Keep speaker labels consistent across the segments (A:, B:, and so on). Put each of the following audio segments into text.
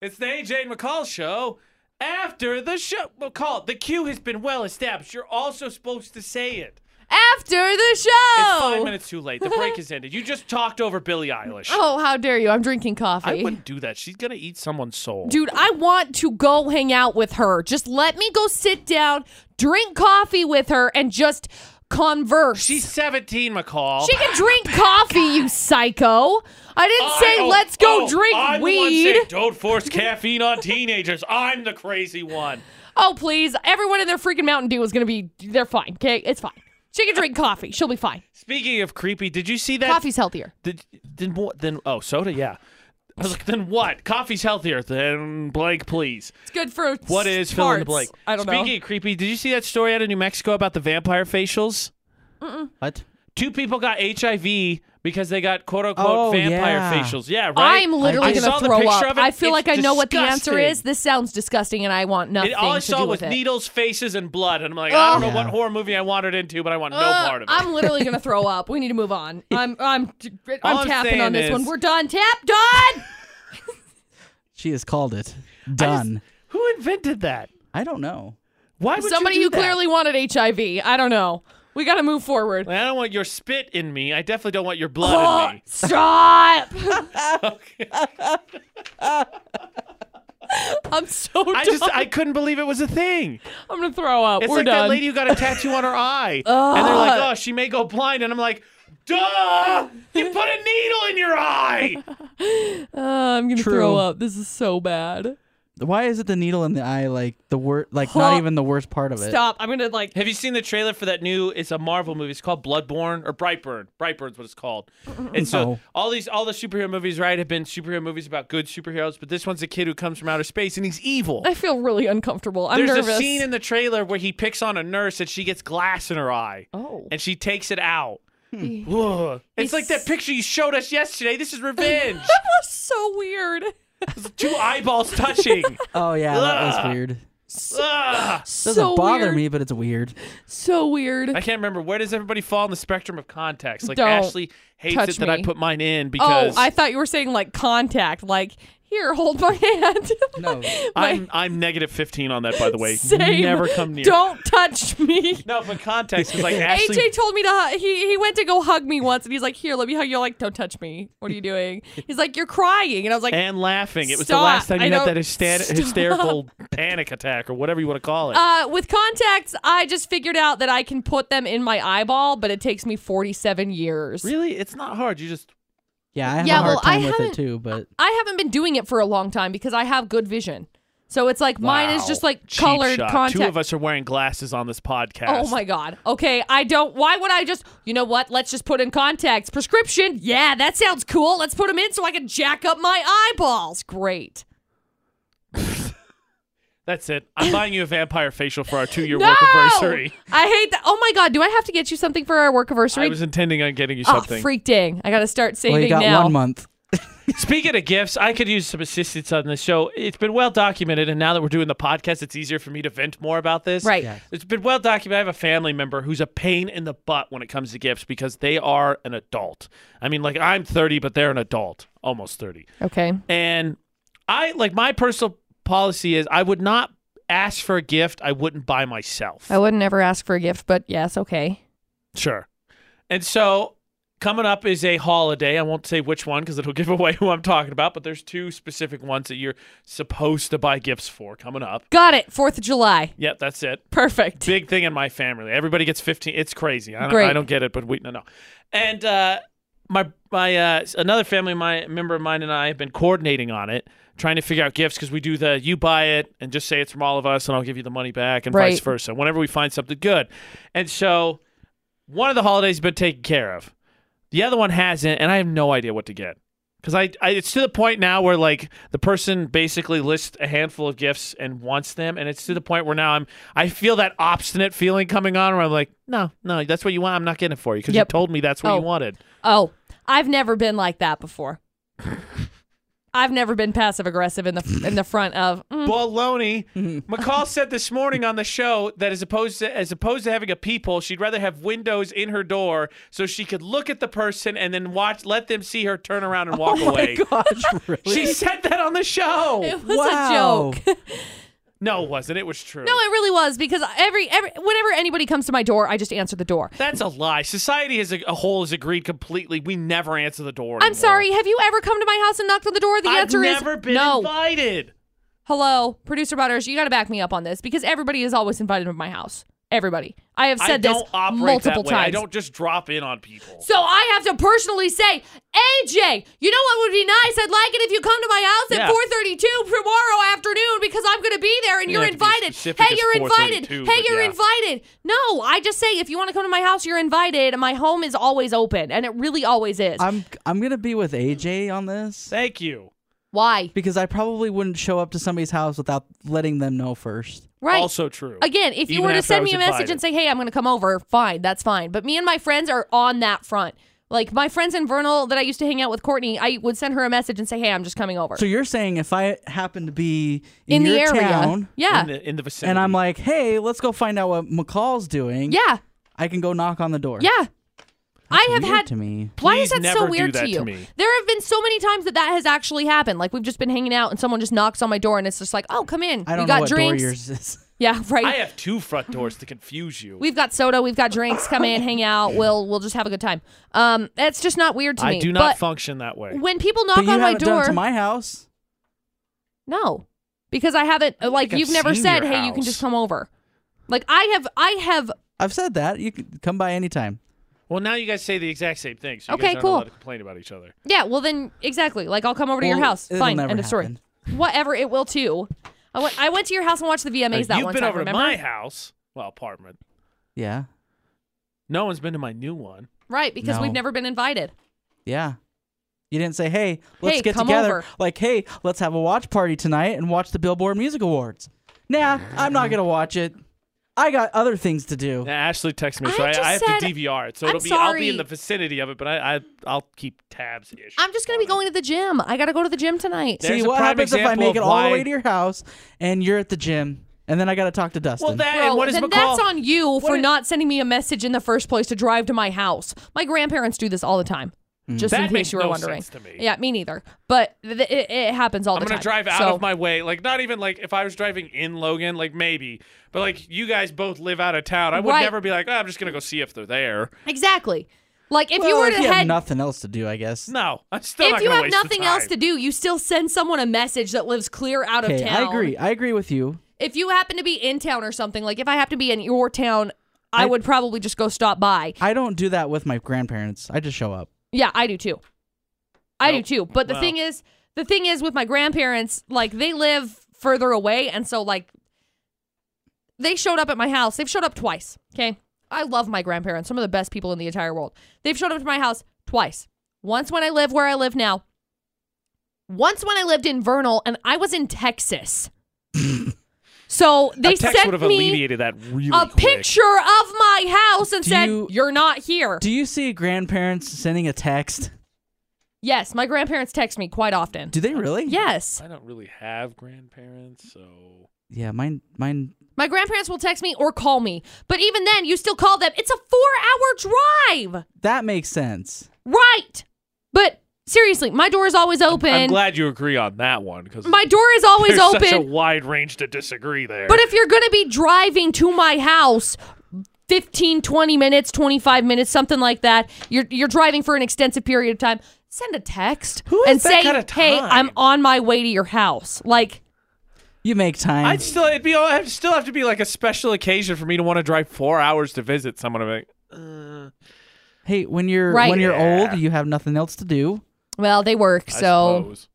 A: It's the AJ and McCall show. After the show, McCall, the cue has been well established. You're also supposed to say it.
B: After the show.
A: It's five minutes too late. The break has ended. You just talked over Billie Eilish.
B: Oh, how dare you! I'm drinking coffee.
A: I wouldn't do that. She's gonna eat someone's soul.
B: Dude, I want to go hang out with her. Just let me go sit down, drink coffee with her, and just converse.
A: She's 17, McCall.
B: she can drink coffee, you psycho. I didn't say
A: I- oh,
B: let's go
A: oh,
B: drink
A: I'm the one
B: weed.
A: saying, Don't force caffeine on teenagers. I'm the crazy one.
B: Oh, please. Everyone in their freaking Mountain Dew is going to be, they're fine, okay? It's fine. She can drink coffee. She'll be fine.
A: Speaking of creepy, did you see that?
B: Coffee's healthier.
A: Did, then what? Then oh, soda, yeah. I was like, then what? Coffee's healthier than blank, please.
B: It's good for
A: What is fill in the blank?
B: I don't
A: Speaking
B: know.
A: of creepy, did you see that story out of New Mexico about the vampire facials?
C: What?
A: Two people got HIV because they got quote unquote
C: Oh,
A: vampire
C: yeah.
A: facials. Yeah, right.
B: I'm literally
A: I
B: going
A: saw
B: to
A: the
B: throw
A: picture
B: up.
A: of it.
B: I feel
A: It's
B: like I know what the answer
A: disgusting.
B: is. This sounds disgusting, and I want nothing
A: And all I
B: to
A: saw
B: do
A: was
B: with it.
A: needles, faces, and blood, and I'm like, I don't know
C: Ugh.
A: what horror movie I wandered into, but I want no
B: Uh,
A: part of it.
B: I'm literally gonna throw up. We need to move on. I'm I'm I'm,
A: All I'm
B: tapping
A: saying
B: on this one.
A: is-
B: We're done. Tap done.
C: She has called it. Done.
A: Who invented that?
C: I, don't know.
A: Why would
B: Somebody
A: you do
B: who
A: that?
B: clearly wanted HIV. I don't know. We gotta move forward.
A: Like, I don't want your spit in me. I definitely don't want your blood
B: Oh,
A: in me.
B: stop! I'm so done.
A: I just I couldn't believe it was a thing.
B: I'm gonna throw up.
A: It's
B: We're
A: like
B: done.
A: that lady who got a tattoo on her eye, and they're like, "Oh, she may go blind," and I'm like, "Duh! You put a needle in your eye."
B: Uh, I'm gonna
C: True.
B: throw up. This is so bad.
C: Why is it the needle in the eye like the wor like not even the worst part of it?
B: Stop. I'm gonna like.
A: Have you seen the trailer for that new? It's a Marvel movie. It's called Bloodborne or Brightburn. Brightburn's what it's called. And so
C: No.
A: all these all the superhero movies, right, have been superhero movies about good superheroes, but this one's a kid who comes from outer space and he's evil.
B: I feel really uncomfortable. I'm
A: There's
B: nervous.
A: a scene in the trailer where he picks on a nurse and she gets glass in her eye.
B: Oh. Hmm.
A: And she takes it out. Ugh. It's like that picture you showed us yesterday. This is revenge.
B: that was so weird.
A: Two eyeballs touching.
C: Oh yeah, that
A: Ugh.
C: was weird.
A: Ugh.
C: Doesn't
B: so
C: bother
B: weird.
C: me, but it's weird.
B: So weird.
A: I can't remember. Where does everybody fall in the spectrum of contacts? Like
B: Don't
A: Ashley hates
B: touch
A: it that I
B: me.
A: put mine in
B: Oh,
A: because
B: I thought you were saying like contact, like here, hold my hand.
C: No.
A: I'm I'm negative 15 on that, by the way.
B: Same.
A: Never come near.
B: Don't touch me.
A: No, but context is like Ashley.
B: AJ told me to. hu- He he went to go hug me once, and he's like, "Here, let me hug you." I'm like, "Don't touch me. What are you doing?" He's like, "You're crying," and I was like,
A: and laughing. It was the
B: Stop.
A: last time
B: I
A: you had
B: don't-
A: that hyster-
B: Stop.
A: hysterical panic attack or whatever you want to call it.
B: uh, "With contacts, I just figured out that I can put them in my eyeball, but it takes me 47 years.
A: really? It's not hard. You just.
C: Yeah, I have
B: Yeah,
C: a hard
B: well, I
C: time with
B: haven't-
C: it too, but
B: I haven't been doing it for a long time because I have good vision. So it's like mine is
A: Wow.
B: just like
A: Cheap
B: colored
A: shot.
B: contact.
A: Two of us are wearing glasses on this podcast.
B: Oh my god. Okay, I don't. Why would I just? You know what? Let's just put in contacts. Prescription. Yeah, that sounds cool. Let's put them in so I can jack up my eyeballs. Great.
A: That's it. I'm buying you a vampire facial for our two year
B: No,
A: workiversary.
B: I hate that. Oh my god. Do I have to get you something for our workiversary?
A: I was intending on getting you
B: oh,
A: something.
B: freak dang. I gotta start saving
C: well, you got
B: now.
C: one month.
A: Speaking of gifts, I could use some assistance on this show. It's been well documented, and now that we're doing the podcast, it's easier for me to vent more about this.
B: Right.
C: Yeah.
A: It's been well documented. I have a family member who's a pain in the butt when it comes to gifts because they are an adult. I mean, like I'm 30, but they're an adult, almost 30.
B: Okay.
A: And I like my personal policy is I would not ask for a gift I wouldn't buy myself.
B: I wouldn't ever ask for a gift, but yes, okay.
A: Sure. And so coming up is a holiday. I won't say which one because it'll give away who I'm talking about, but there's two specific ones that you're supposed to buy gifts for coming up.
B: Got it. Fourth of July.
A: Yep, that's it.
B: Perfect.
A: Big thing in my family. Everybody gets 15. It's crazy. I don't,
B: Great.
A: I don't get it, but we no no. And uh, my my uh, another family my member of mine and I have been coordinating on it, trying to figure out gifts because we do the you buy it and just say it's from all of us and I'll give you the money back and vice
B: Right.
A: versa. Whenever we find something good, and so one of the holidays has been taken care of, the other one hasn't, and I have no idea what to get. Because I, I, it's to the point now where like the person basically lists a handful of gifts and wants them, and it's to the point where now I'm, I feel that obstinate feeling coming on where I'm like, no, no, that's what you want. I'm not getting it for you because
B: Yep.
A: you told me that's what
B: Oh.
A: you wanted.
B: Oh, I've never been like that before. I've never been passive aggressive in the in the front of. mm,
A: baloney.
B: Mm-hmm.
A: McCall said this morning on the show that as opposed to as opposed to having a peephole, she'd rather have windows in her door so she could look at the person and then watch, let them see her turn around and walk away.
C: Gosh, really?
A: She said that on the show.
B: Oh it was
C: wow.
B: a joke.
A: No, it wasn't. It was true.
B: No, it really was because every every whenever anybody comes to my door, I just answer the door.
A: That's a lie. Society as a, a whole has agreed completely. We never answer the door.
B: I'm sorry. Have you ever come to my house and knocked on the door? The
A: I've
B: answer
A: never
B: is
A: been
B: no.
A: invited.
B: Hello, producer butters, you got to back me up on this because everybody is always invited to my house. Everybody. I have
A: I
B: said
A: don't
B: this
A: operate
B: multiple
A: that way.
B: times.
A: I don't just drop in on people.
B: So I have to personally say, AJ, you know what would be nice? I'd like it if you come to my house
A: Yeah.
B: at 4:32 tomorrow afternoon because I'm going to be there and
A: You
B: you're
A: have to be as
B: invited.
A: specific
B: Hey,
A: as
B: you're invited.
A: 4:32,
B: Hey,
A: but
B: you're
A: yeah.
B: invited. No, I just say if you want to come to my house, you're invited. And my home is always open, and it really always is.
C: I'm I'm gonna be with AJ on this
A: Thank you.
B: Why?
C: because I probably wouldn't show up to somebody's house without letting them know first.
B: Right.
A: Also true.
B: Again, if you
A: Even
B: were to
A: after I
B: send
A: was
B: me a message
A: invited.
B: and say, "Hey, I'm going to come over," fine, that's fine. But me and my friends are on that front. Like my friends in Vernal that I used to hang out with, Courtney, I would send her a message and say, "Hey, I'm just coming over."
C: So you're saying if I happen to be
B: in
C: in, your
B: the area,
C: town
B: yeah,
A: in the, in the vicinity.
C: and I'm like, hey, let's go find out what McCall's doing.
B: yeah,
C: I can go knock on the door.
B: yeah. I have
C: Weird
B: had.
C: to me.
B: why
A: Please
B: is that
A: never
B: so
A: do
B: weird
A: that
B: to
A: to
B: you?
A: me.
B: There have been so many times that that has actually happened. Like we've just been hanging out and someone just knocks on my door and it's just like, "Oh, come in.
C: I
B: we
C: don't know
B: got
C: what
B: drinks."
C: door yours is.
B: Yeah, right.
A: I have two front doors to confuse you.
B: We've got soda, we've got drinks. Come in, hang out. We'll we'll just have a good time. Um, that's just not weird to
A: I
B: me.
A: do not
B: But
A: function that way.
B: when people knock
C: But you
B: on my
C: haven't done it
B: door,
C: to my house.
B: no, because I haven't. Like
A: think I've
B: you've never
A: seen
B: said,
A: your
B: "Hey, you can
A: house."
B: just come over." Like I have, I have.
C: I've said that. You can come by anytime.
A: Well, now you guys say the exact same thing, so you
B: Okay,
A: guys aren't
B: cool.
A: allowed to complain about each other.
B: Yeah, well then exactly. Like I'll come over to your
C: Well,
B: house.
C: it'll
B: Fine,
C: never
B: end of story.
C: happen.
B: Whatever, it will too. I went, I went to your house and watched the VMAs that
A: You've
B: one
A: been
B: time.
A: over
B: remember?
A: to my house, well, apartment.
C: Yeah.
A: No one's been to my new one.
B: right, because
C: No.
B: we've never been invited.
C: Yeah. You didn't say, hey, let's
B: Hey,
C: get
B: come
C: together.
B: over.
C: Like, hey, let's have a watch party tonight and watch the Billboard Music Awards. Nah, I'm not going to watch it. I got other things to do.
A: Now, Ashley texted me,
B: I
A: so I,
B: just
A: I have
B: said-
A: to DVR it. So
B: I'm
A: it'll be I'll be
B: sorry.
A: in the vicinity of it, but I, I I'll keep tabs ish.
B: I'm just gonna be going to the gym. I gotta go to the gym tonight.
A: There-
C: See,
A: There's a
C: what
A: prime
C: happens if I
A: example
C: make it
A: of
C: all the
A: why-
C: way to your house and you're at the gym and then I got to talk to Dustin?
A: Well, that
B: Bro,
A: and what is
B: then
A: McCall?
B: that's on you for
A: i-
B: not sending me a message in the first place to drive to my house. My grandparents do this all the time. Just
A: Mm. That
B: in
A: makes
B: case you were
A: no
B: wondering.
A: sense to me.
B: Yeah, me neither. But th- it, it happens all
A: I'm
B: the
A: gonna
B: time.
A: drive out
B: So-
A: of my way. Like not even like if I was driving in Logan, like maybe, but like you guys both live out of town. I would
B: Right.
A: never be like, "Ah, I'm just gonna go see if they're there.
B: exactly. Like if
C: Well,
B: you were
C: if
B: to
C: you have
B: head
C: nothing else to do, I guess.
A: No, I'm still
B: if
A: not
B: you
A: gonna
B: have
A: waste the
B: nothing else
A: time.
B: to do, you still send someone a message that lives clear out of
C: Okay,
B: town.
C: I agree. I agree with you.
B: If you happen to be in town or something, like if I happen to be in your town, I, would probably just go stop by.
C: I don't do that with my grandparents. I just show up.
B: Yeah, I do too. I
A: Nope.
B: do too. But the
A: Wow.
B: thing is, the thing is with my grandparents, like they live further away, and so like they showed up at my house. They've showed up twice. Okay, I love my grandparents. Some of the best people in the entire world. They've showed up to my house twice. Once when I live where I live now. Once when I lived in Vernal, and I was in Texas. so they
A: a text
B: sent
A: would have
B: me
A: alleviated that really
B: a
A: quick.
B: picture of my house and
C: Do
B: said,
C: you-
B: "You're not here."
C: Do you see grandparents sending a text?
B: yes, my grandparents text me quite often.
C: Do they really?
B: Yes.
A: I don't really have grandparents, so
C: Yeah, mine mine
B: My grandparents will text me or call me. But even then, you still call them. It's a four hour drive.
C: that makes sense.
B: Right. But seriously, my door is always open.
A: I'm glad you agree on that one because
B: my door is always
A: there's
B: open.
A: such a wide range to disagree there.
B: but if you're going to be driving to my house, 15, 20 minutes, 25 minutes, something like that, you're, you're driving for an extensive period of time, send a text
A: Who has
B: and
A: that
B: say,
A: kind of
B: hey,
A: time?"
B: I'm on my way to your house. Like,
C: You make time.
A: I'd still it'd be I'd still have to be like a special occasion for me to want to drive four hours to visit someone. I'm like,
C: hey, when you're
B: Right.
C: when you're
A: Yeah.
C: old, you have nothing else to do.
B: well, they work,
A: I
B: so
A: suppose.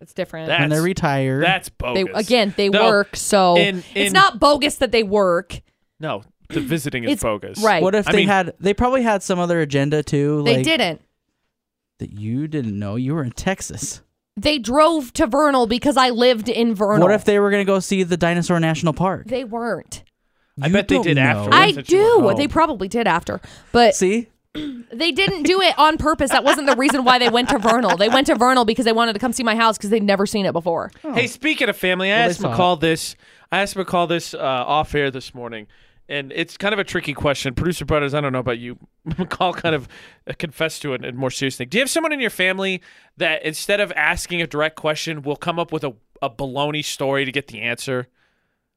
B: it's different.
A: That-
C: When they're
A: That's-
C: retired.
A: that's
B: they
A: bogus.
B: again, they
A: No,
B: work, so
A: in-
B: it's
A: in-
B: not bogus that they work.
A: No, the visiting is
B: It's-
A: bogus.
B: right.
C: what if
A: I
C: they
A: mean-
C: had they probably had some other agenda too,
B: They
C: like
B: didn't.
C: that you didn't know you were in Texas.
B: They drove to Vernal because I lived in Vernal.
C: What if they were gonna go see the dinosaur national park?
B: they weren't?
A: I
C: You
A: bet they
C: don't
A: did
C: know.
A: afterwards.
B: I
A: since you were
B: do.
A: home.
B: They probably did after, but
C: See?
B: They didn't do it on purpose. That wasn't the reason why they went to Vernal. They went to Vernal because they wanted to come see my house because they'd never seen it before.
A: Hey, speaking of family, I
C: Oh. Well, they
A: asked
C: saw
A: McCall this. I asked McCall this uh, off air this morning, and it's kind of a tricky question. Producer brothers, I don't know about you. McCall kind of confessed to it in a more serious thing. Do you have someone in your family that instead of asking a direct question, will come up with a, a baloney story to get the answer?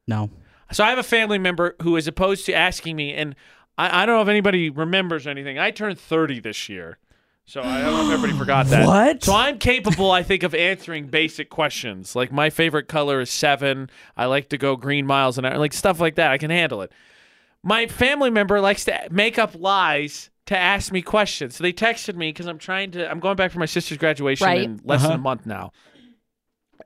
C: No.
A: So I have a family member who is opposed to asking me, and I, I don't know if anybody remembers anything. I turned 30 this year. So I don't know if everybody forgot that.
C: What?
A: So I'm capable, I think, of answering basic questions like my favorite color is seven. I like to go green miles an hour, like stuff like that. I can handle it. My family member likes to make up lies to ask me questions. So they texted me because I'm trying to. I'm going back for my sister's graduation
B: Right.
A: in less than a month now,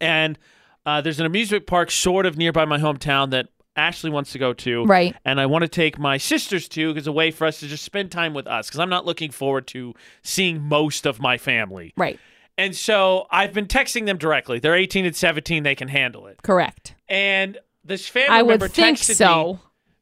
A: and uh, there's an amusement park sort of nearby my hometown that Ashley wants to go to
B: Right.
A: and I want to take my sisters too because a way for us to just spend time with us because I'm not looking forward to seeing most of my family.
B: Right.
A: And so I've been texting them directly. They're 18 and 17; they can handle it.
B: Correct.
A: And this family
B: I would
A: member
B: think
A: texted
B: so.
A: me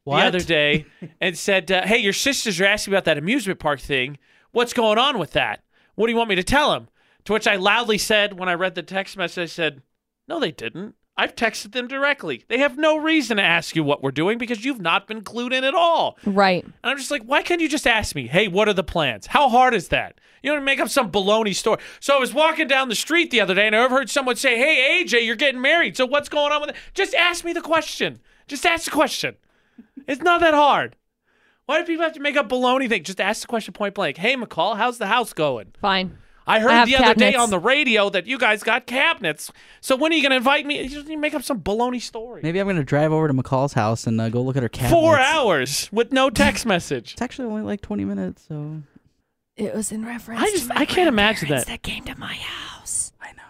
A: the other day and said, uh, "Hey, your sisters are asking about that amusement park thing. What's going on with that? What do you want me to tell them?" To which I loudly said, when I read the text message, I said, "No, they didn't. I've texted them directly. They have no reason to ask you what we're doing because you've not been clued in at all."
B: Right.
A: And I'm just like, why can't you just ask me, hey, what are the plans? How hard is that? You don't make up some baloney story. So I was walking down the street the other day and I overheard someone say, hey, AJ, you're getting married. So what's going on with it? Just ask me the question. Just ask the question. It's not that hard. Why do people have to make up baloney thing? Just ask the question point blank. Hey, McCall, how's the house going?
B: Fine.
A: I heard
B: have
A: the other day
B: cabinets.
A: on the radio that you guys got cabinets. So when are you going to invite me? You just need to make up some baloney story.
C: Maybe I'm gonna drive over to McCall's house and uh, go look at her cat.
A: Four hours with no text message.
C: It's actually only like 20 minutes, so
B: It was in reference.
A: I just- to my I can't imagine grandparents
B: that came to my house.
C: I know.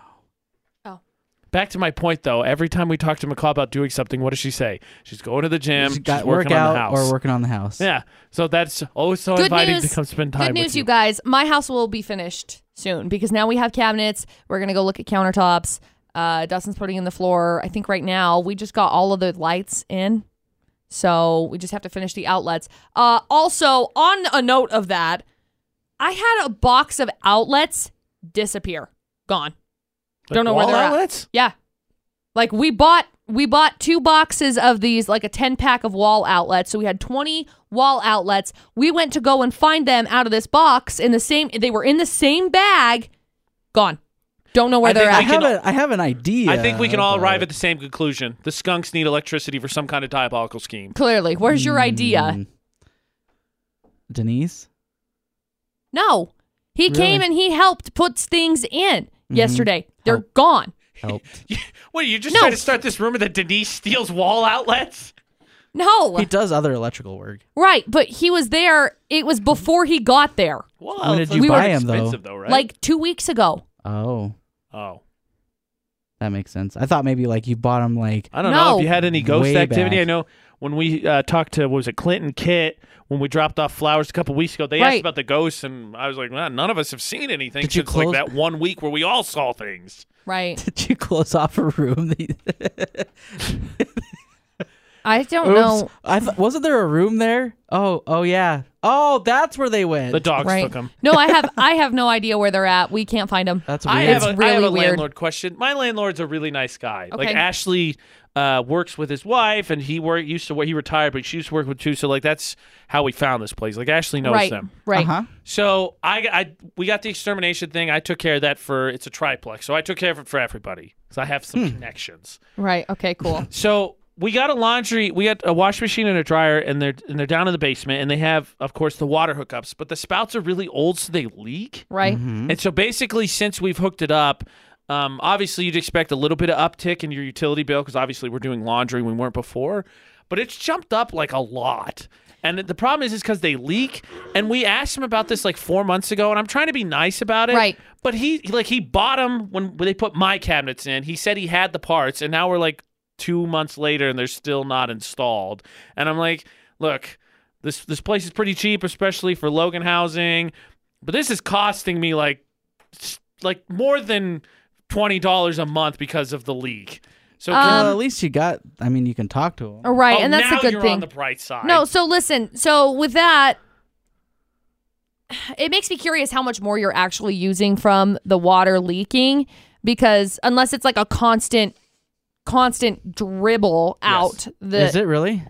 A: Back to my point, though. Every time we talk to McCall about doing something, what does she say? She's going to the gym.
C: She's got
A: she's working on the
C: workout
A: house.
C: or working on the house.
A: yeah. So that's oh so
B: Good
A: inviting
B: news.
A: to come spend time
B: Good
A: with
B: news,
A: you.
B: you guys. My house will be finished soon because now we have cabinets. We're gonna go look at countertops. Uh, Dustin's putting in the floor. I think right now we just got all of the lights in, so we just have to finish the outlets. Uh, also, on a note of that, I had a box of outlets disappear, gone. Don't know where
A: wall
B: they're at.
A: outlets?
B: Yeah. Like we bought we bought two boxes of these like a 10 pack of wall outlets. So we had 20 wall outlets. We went to go and find them out of this box in the same they were in the same bag. Gone. Don't know where
A: I
B: they're
A: think
C: I
B: at.
A: we can-
C: have a I have an idea.
A: I think we can all
C: but-
A: arrive at the same conclusion. The skunks need electricity for some kind of diabolical scheme.
B: Clearly. Where's your
A: Hmm.
B: idea?
C: Mm. Denise.
B: No. He came and he helped put things in yesterday. They're
C: Mm-hmm. Help.
B: gone.
C: Helped.
A: What are you just
B: No.
A: trying to start this rumor that Denise steals wall outlets?
B: No.
C: he does other electrical work.
B: right, but he was there. It was before he got there.
A: Well,
C: When
A: it's
C: did
A: like
C: you
B: buy
A: pretty
C: 'em, though?
A: expensive, though, right?
B: Like 2 weeks ago.
C: Oh,
A: oh,
C: that makes sense. I thought maybe like you bought him like
A: I don't know
B: No.
A: if you had any ghost
C: Way
A: activity.
C: back.
A: I know when we uh, talked to what was it Clinton Kit when we dropped off flowers a couple weeks ago. They asked
B: Right.
A: about the ghosts, and I was like, well, none of us have seen anything
C: Did you
A: since like
C: close-
A: that one week where we all saw things.
B: Right.
C: did you close off a room? that-
B: I don't
C: Oops.
B: know.
C: I th- wasn't there a room there? Oh, oh yeah. Oh, that's where they went.
A: The dogs
B: right.
A: took them.
B: No, I have I have no idea where they're at. We can't find them.
C: that's weird.
A: I have, a, I
B: It's really
A: have a
B: weird.
A: landlord question. My landlord's a really nice guy. Like
B: Okay.
A: Ashley uh, works with his wife, and he work used to work. He retired, but she used to work with two. So like that's how we found this place. Like Ashley knows
B: right,
A: them.
B: right.
C: Uh-huh.
A: So I, I we got the extermination thing. I took care of that for it's a triplex. So I took care of it for everybody because I have some connections.
B: Right. Okay, cool.
A: So we got a laundry, we got a wash machine and a dryer, and they're and they're down in the basement, and they have, of course, the water hookups. But the spouts are really old, so they leak.
B: Right.
A: And so basically, since we've hooked it up, um, obviously you'd expect a little bit of uptick in your utility bill because obviously we're doing laundry we weren't before, but it's jumped up like a lot. And the problem is, is because they leak. And we asked him about this like four months ago, and I'm trying to be nice about it.
B: Right.
A: But he like he bought them when when they put my cabinets in. He said he had the parts, and now we're like two months later, and they're still not installed. And I'm like, look, this this place is pretty cheap, especially for Logan housing, but this is costing me like s- like more than twenty dollars a month because of the leak. So can-
B: Um,
C: well, at least you got. I mean, you can talk to
B: All
C: them.
B: right.
A: oh,
B: and that's
A: now
B: a good
A: you're
B: thing.
A: on the bright side.
B: no, so listen. So with that it makes me curious how much more you're actually using from the water leaking because unless it's like a constant constant dribble out
C: Is
B: the
C: it really?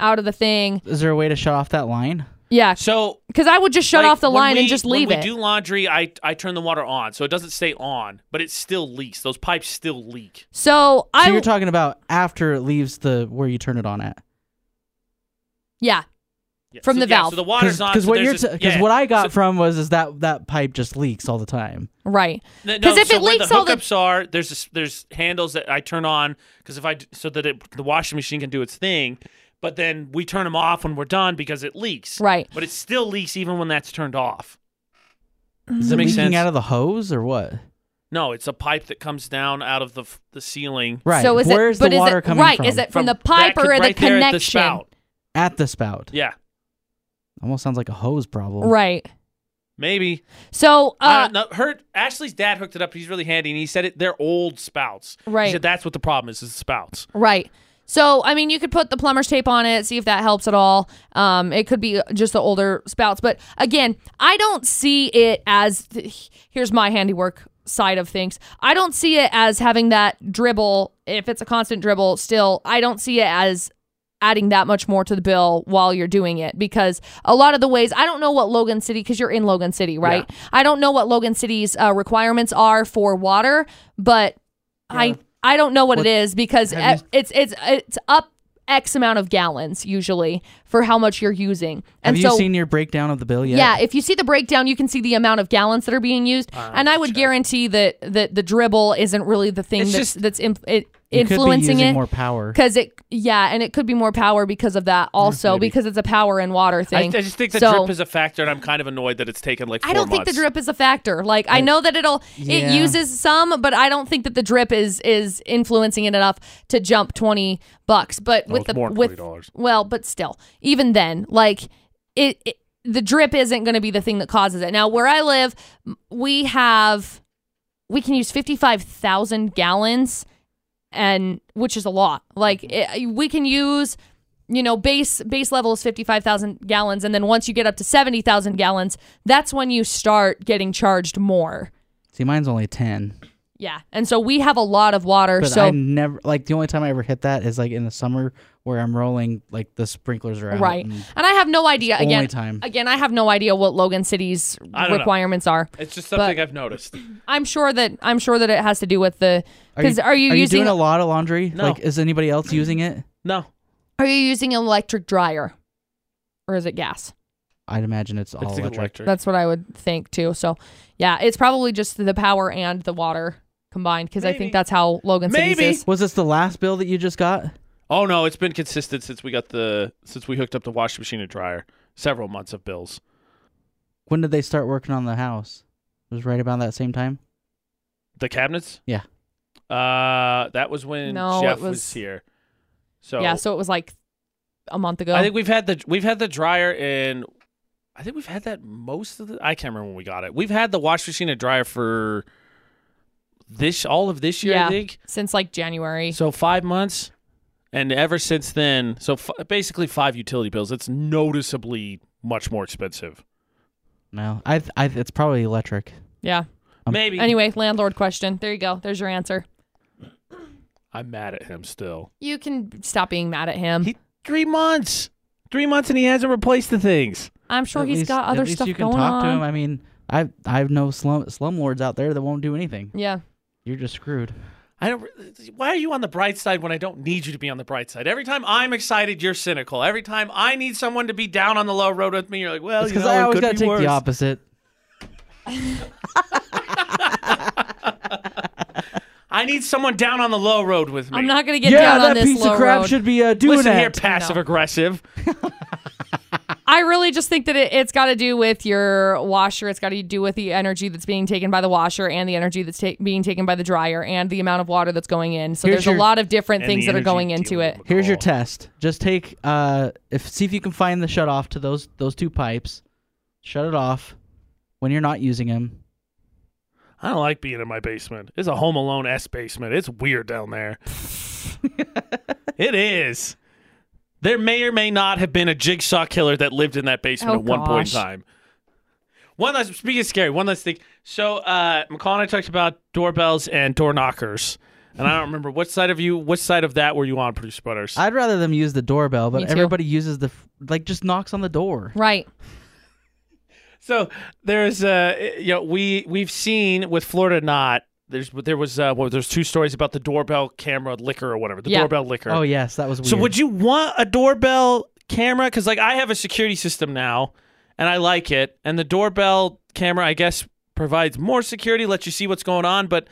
B: out of the thing.
C: Is there a way to shut off that line?
B: Yeah,
A: So
B: cuz I would just shut
A: like,
B: off the
A: when
B: line
A: we-
B: and just leave
A: when
B: it.
A: We do laundry. I I turn the water on, so it doesn't stay on, but it still leaks. Those pipes still leak.
B: so
C: So
B: I
C: you're talking about after it leaves the where you turn it on at.
B: yeah,
A: Yeah,
B: From
A: so-
B: the
A: yeah,
B: valve.
A: So the water's on.
C: Because
A: so
C: what
A: there's
C: you're
A: this-
C: because
A: yeah.
C: what I got
A: So-
C: from was is that that pipe just leaks all the time.
B: right.
A: Th-
B: 'Cause
A: no,
B: if
A: so
B: it
A: where
B: leaks
A: the
B: all the-
A: hookups are there's this, there's handles that I turn on because if I d- so that it, the washing machine can do its thing, but then we turn them off when we're done because it leaks.
B: Right.
A: But it still leaks even when that's turned off.
B: Mm-hmm.
A: Mm-hmm.
C: Is
A: that
C: it
A: make
C: leaking
A: sense?
C: out of the hose or what?
A: No, it's a pipe that comes down out of the f- the ceiling.
C: Right.
B: So is
C: Where's
B: it but
C: the
B: is
C: water
B: it,
C: coming
B: right,
C: from?
B: is it from, the
A: that
B: pipe
A: could-
B: or
A: right
B: the
A: there at
B: connection?
A: the spout.
C: at the spout?
A: Yeah,
C: Almost sounds like a hose problem.
B: Right.
A: maybe.
B: So
A: I
B: uh
A: don't know. Her Ashley's dad hooked it up. He's really handy, and he said it. They're old spouts.
B: Right.
A: He said that's what the problem is. Is the spouts.
B: Right. So, I mean, you could put the plumber's tape on it, see if that helps at all. Um, it could be just the older spouts. But again, I don't see it as here's my handiwork side of things. I don't see it as having that dribble, if it's a constant dribble, still, I don't see it as adding that much more to the bill while you're doing it because a lot of the ways I don't know what Logan City because you're in Logan City, right? I don't know what Logan City's uh, requirements are for water, but I I don't know what, it is because
C: have
B: e- it's it's it's up x amount of gallons usually for how much you're using.
C: Have
B: And
C: you
B: so
C: seen your breakdown of the uh, bill yet?
B: yeah, if you see the breakdown, you can see the amount of gallons that are being used,
C: Ah,
B: and I would guarantee that that the dribble isn't really the thing
A: It's
B: that's
A: just-
B: that's in, it,
C: You could
B: influencing
C: be using
B: it
C: more power.
B: because it yeah and it could be more power because of that also because it's a power and water
A: Mm, I, I
B: thing
A: just think the
B: So,
A: drip is a factor, and I'm kind of annoyed that it's taken like. Four
B: I don't think
A: months.
B: the drip is a factor. Like I know that it'll
C: yeah.
B: it uses some, but I don't think that the drip is is influencing it enough to jump twenty bucks. But with
A: it's
B: the
A: more than
B: with
A: $20.
B: well, but still, even then, like it, it the drip isn't going to be the thing that causes it. Now where I live, m- we have we can use fifty five thousand gallons, and which is a lot. Like it, we can use you know base base level is 55,000 gallons and then once you get up to 70,000 gallons that's when you start getting charged more
C: See, mine's only ten.
B: yeah and so we have a lot of water
C: But
B: so
C: I never like the only time I ever hit that is like in the summer where I'm rolling like the sprinklers are out.
B: right
C: and-
B: and I have no idea
C: only
B: again uh,
C: time.
B: again I have no idea what Logan City's
A: I don't know.
B: requirements are
A: It's just something I've noticed.
B: I'm sure that I'm sure that it has to do with the
C: Are you,
B: cuz are you
C: are
B: using
C: doing a lot of laundry?
A: No.
C: Like, is anybody else using it?
A: No,
B: are you using an electric dryer or is it gas
C: I'd imagine it's all
A: it's
C: electric.
A: electric.
B: that's what I would think too so yeah it's probably just the power and the water combined cuz I
A: Maybe.
B: think that's how Logan City
A: Maybe.
B: is
C: Was this the last bill that you just got?
A: Oh no, it's been consistent since we got the since we hooked up the washing machine and dryer. Several months of bills.
C: When did they start working on the house? It was right about that same time.
A: The cabinets?
C: Yeah.
A: Uh that was when
B: No,
A: Jeff
B: it
A: was,
B: was-
A: here. So,
B: Yeah, so it was like a month ago.
A: I think we've had the we've had the dryer in I think we've had that most of the I can't remember when we got it. We've had the washing machine and dryer for this all of this year,
B: yeah,
A: I think.
B: since like January.
A: So 5 months and ever since then, so f- basically 5 utility bills. It's noticeably much more expensive.
C: No, I, I it's probably electric.
B: Yeah.
C: Um,
A: Maybe.
B: Anyway, landlord question. There you go. There's your answer.
A: I'm mad at him still.
B: You can stop being mad at him.
A: He 3 months. 3 months and he hasn't replaced the things.
B: I'm sure
C: At
B: he's
C: least-
B: got other
C: at least
B: stuff
C: you can
B: going
C: talk
B: on.
C: to him. I mean, I I know slum slumlords out there that won't do anything.
B: Yeah.
C: You're just screwed.
A: I don't. Why are you on the bright side when I don't need you to be on the bright side? Every time I'm excited, you're cynical. Every time I need someone to be down on the low road with me, you're like, "Well,
C: It's
A: you
C: because
A: know,
C: I
A: it
C: always
A: could
C: gotta
A: be
C: take
A: worse.
C: the opposite.
A: I need someone down on the low road with me.
B: I'm not gonna get
C: yeah,
B: down
C: that
B: on this
C: piece
B: low
C: of crap
B: road.
C: should be uh, doing
A: Listen
C: that.
A: here, passive aggressive.
B: I really just think that it, it's got to do with your washer. It's got to do with the energy that's being taken by the washer and the energy that's ta- being taken by the dryer and the amount of water that's going in. So
C: Here's
B: there's
C: your-
B: a lot of different things
A: And
B: that
A: the
B: are going
A: energy
B: into
A: dealing
B: it.
A: with
C: Here's your
A: alcohol.
C: test. Just take uh if see if you can find the shut off to those those two pipes. Shut it off when you're not using them.
A: I don't like being in my basement. It's a Home Alone s basement. It's weird down there. it is. There may or may not have been a jigsaw killer that lived in that basement
B: Oh,
A: at one point
B: gosh.
A: in time. One last speaking of scary, one last thing. So uh McCall and I talked about doorbells and door knockers. And I don't remember what side of you what side of that were you on, producer butters.
C: I'd rather them use the doorbell,
B: Me
C: but
B: too.
C: everybody uses the f- like just knocks on the door.
B: Right.
A: So there's uh you know we we've seen with Florida not there's there was uh well, there's two stories about the doorbell camera liquor or whatever the
B: Yeah.
A: doorbell liquor.
C: Oh yes, that was weird.
A: So would you want a doorbell camera? Because like I have a security system now, and I like it. And the doorbell camera, I guess, provides more security, lets you see what's going on. But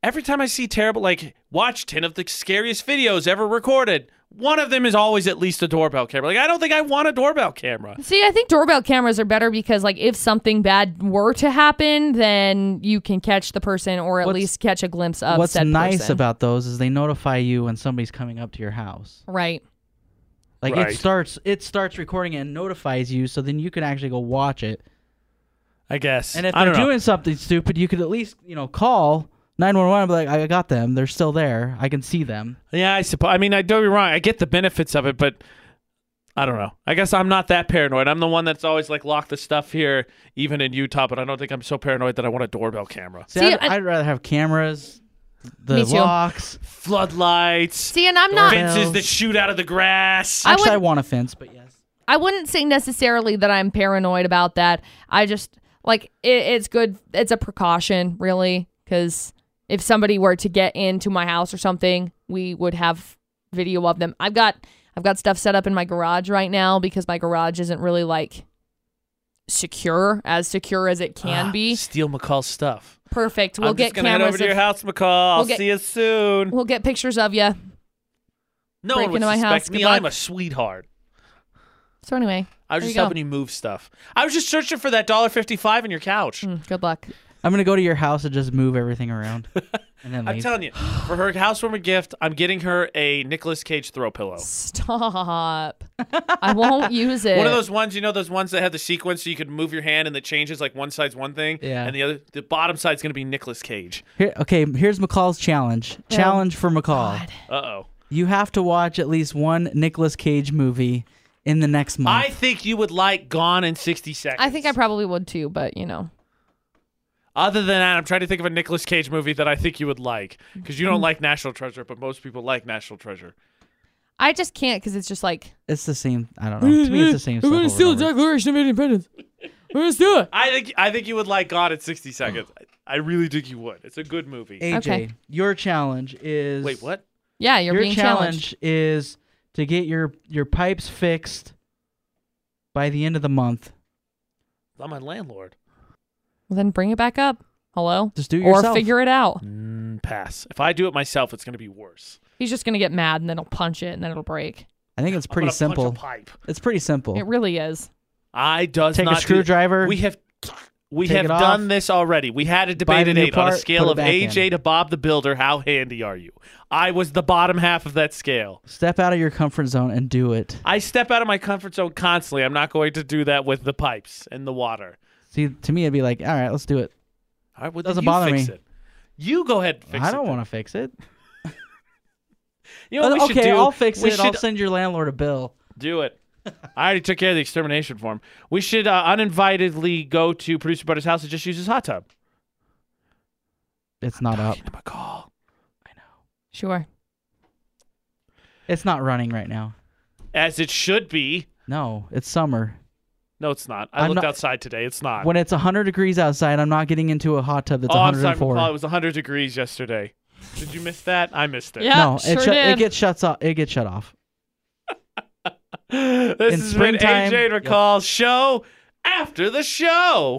A: every time I see terrible, like watch ten of the scariest videos ever recorded. One of them is always at least a doorbell camera. Like I don't think I want a doorbell camera.
B: See, I think doorbell cameras are better because, like, if something bad were to happen, then you can catch the person or at
C: What's-
B: least catch a glimpse of
C: What's
B: said
C: nice
B: person.
C: about those is they notify you when somebody's coming up to your house.
B: right?
C: Like
A: Right.
C: it starts it starts recording and notifies you, so then you can actually go watch it.
A: I guess.
C: And if
A: I
C: they're
A: don't know.
C: doing something stupid, you could at least you know call nine one one and be like, I got them. They're still there. I can see them.
A: yeah, I suppose. I mean, I don't be wrong. I get the benefits of it, but. I don't know. I guess I'm not that paranoid. I'm the one that's always like lock the stuff here, even in Utah. But I don't think I'm so paranoid that I want a doorbell camera.
C: See,
B: See,
C: I'd,
B: I-
C: I'd rather have cameras, the
B: Me too.
C: locks.
A: floodlights,
B: See, and I'm not.
C: Doorbell.
A: fences that shoot out of the grass.
B: I
C: Actually, I
B: would-
C: want a fence, but yes.
B: I wouldn't say necessarily that I'm paranoid about that. I just like it, it's good. It's a precaution, really, because if somebody were to get into my house or something, we would have video of them. I've got I've got stuff set up in my garage right now because my garage isn't really like secure as secure as it can
A: Ah,
B: be.
A: Steal McCall's stuff.
B: Perfect. We'll
A: I'm
B: get
A: just gonna head
B: cameras.
A: over to your
B: of-
A: house, McCall.
B: We'll get-
A: See you soon.
B: we'll get pictures of you.
A: No one
B: break
A: would
B: into my
A: suspect
B: house.
A: me.
B: Good luck.
A: I'm a sweetheart.
B: So anyway,
A: I was
B: There
A: just
B: you go.
A: helping you move stuff. I was just searching for that dollar fifty-five in your couch.
B: mm, good luck.
C: I'm gonna go to your house and just move everything around, and then
A: I'm
C: leave.
A: telling you, for her housewarming gift, I'm getting her a Nicolas Cage throw pillow.
B: Stop. I won't use it.
A: One of those ones, you know, those ones that have the sequence so you could move your hand and it changes like one side's one thing,
C: Yeah.
A: and the other, the bottom side's gonna be Nicolas Cage.
C: Here, okay, here's McCall's challenge. Challenge for McCall.
B: God.
A: Uh oh.
C: You have to watch at least one Nicolas Cage movie in the next month.
A: I think you would like Gone in sixty seconds.
B: Mm. I think I probably would too, but you know.
A: Other than that, I'm trying to think of a Nicolas Cage movie that I think you would like because
B: Mm-hmm.
A: you don't like National Treasure, but most people like National Treasure.
B: I just can't because it's just like
C: it's the same. I don't
A: Mm-hmm.
C: know. To me, it's the same. stuff over and over.
B: Declaration of Independence. We're gonna steal it.
A: I think I think you would like God in 60 Seconds. I I really think you would. It's a good movie.
C: AJ,
B: Okay.
C: your challenge is
A: Wait, what?
B: Yeah, you're
C: your
B: being challenged.
C: challenge is to get your your pipes fixed by the end of the month.
A: I'm a landlord.
B: Well, then bring it back up. Hello.
C: Just do it
B: or
C: yourself.
B: figure it out.
A: Mm, pass. If I do it myself, it's going to be worse.
B: He's just gonna get mad and then he'll punch it and then it'll break.
C: I think it's
A: I'm
C: pretty
A: gonna punch a
C: simple.
A: pipe.
C: It's pretty simple.
B: It really is.
A: I does
C: Take
A: not
C: a
A: do-
C: screwdriver.
A: we have we
C: Take
A: have
C: it off.
A: done this already. We had a
C: Buy
A: debate
C: the
A: at
C: new
A: eight on a
C: part, put
A: scale
C: it
A: of
C: back
A: AJ
C: in.
A: to Bob the Builder. How handy are you? I was the bottom half of that scale.
C: Step out of your comfort zone and do it.
A: I step out of my comfort zone constantly. I'm not going to do that with the pipes and the water.
C: See, to me, it'd be like, all right, let's do it.
A: All right, well,
C: Doesn't
A: then you
C: bother
A: fix
C: me.
A: It. You go ahead and fix
C: I
A: it.
C: don't want to fix it.
A: to. You know what we should
C: okay,
A: do?
C: I'll fix
A: we
C: it. I'll
A: Should
C: send your landlord a bill.
A: do it. I already took care of the extermination form. We should uh, uninvitedly go to producer brother's house and just use his hot tub.
C: It's not up.
A: Give him a call.
B: Sure.
C: It's not running right now.
A: As it should be.
C: No, it's summer.
A: No, it's not. I
C: I'm
A: looked
C: not-
A: outside today. It's not.
C: When it's 100 degrees outside, I'm not getting into a hot tub that's
A: Ah. oh, I'm sorry.
C: 104.
A: McCall. It was 100 degrees yesterday. Did you miss that? I missed it.
B: Yeah.
C: no,
B: sure
C: it, shut-
B: did.
C: it gets shuts off. It gets shut off.
A: this has
C: In
A: been
C: springtime-
A: AJ and
C: Yep.
A: McCall's show after the show.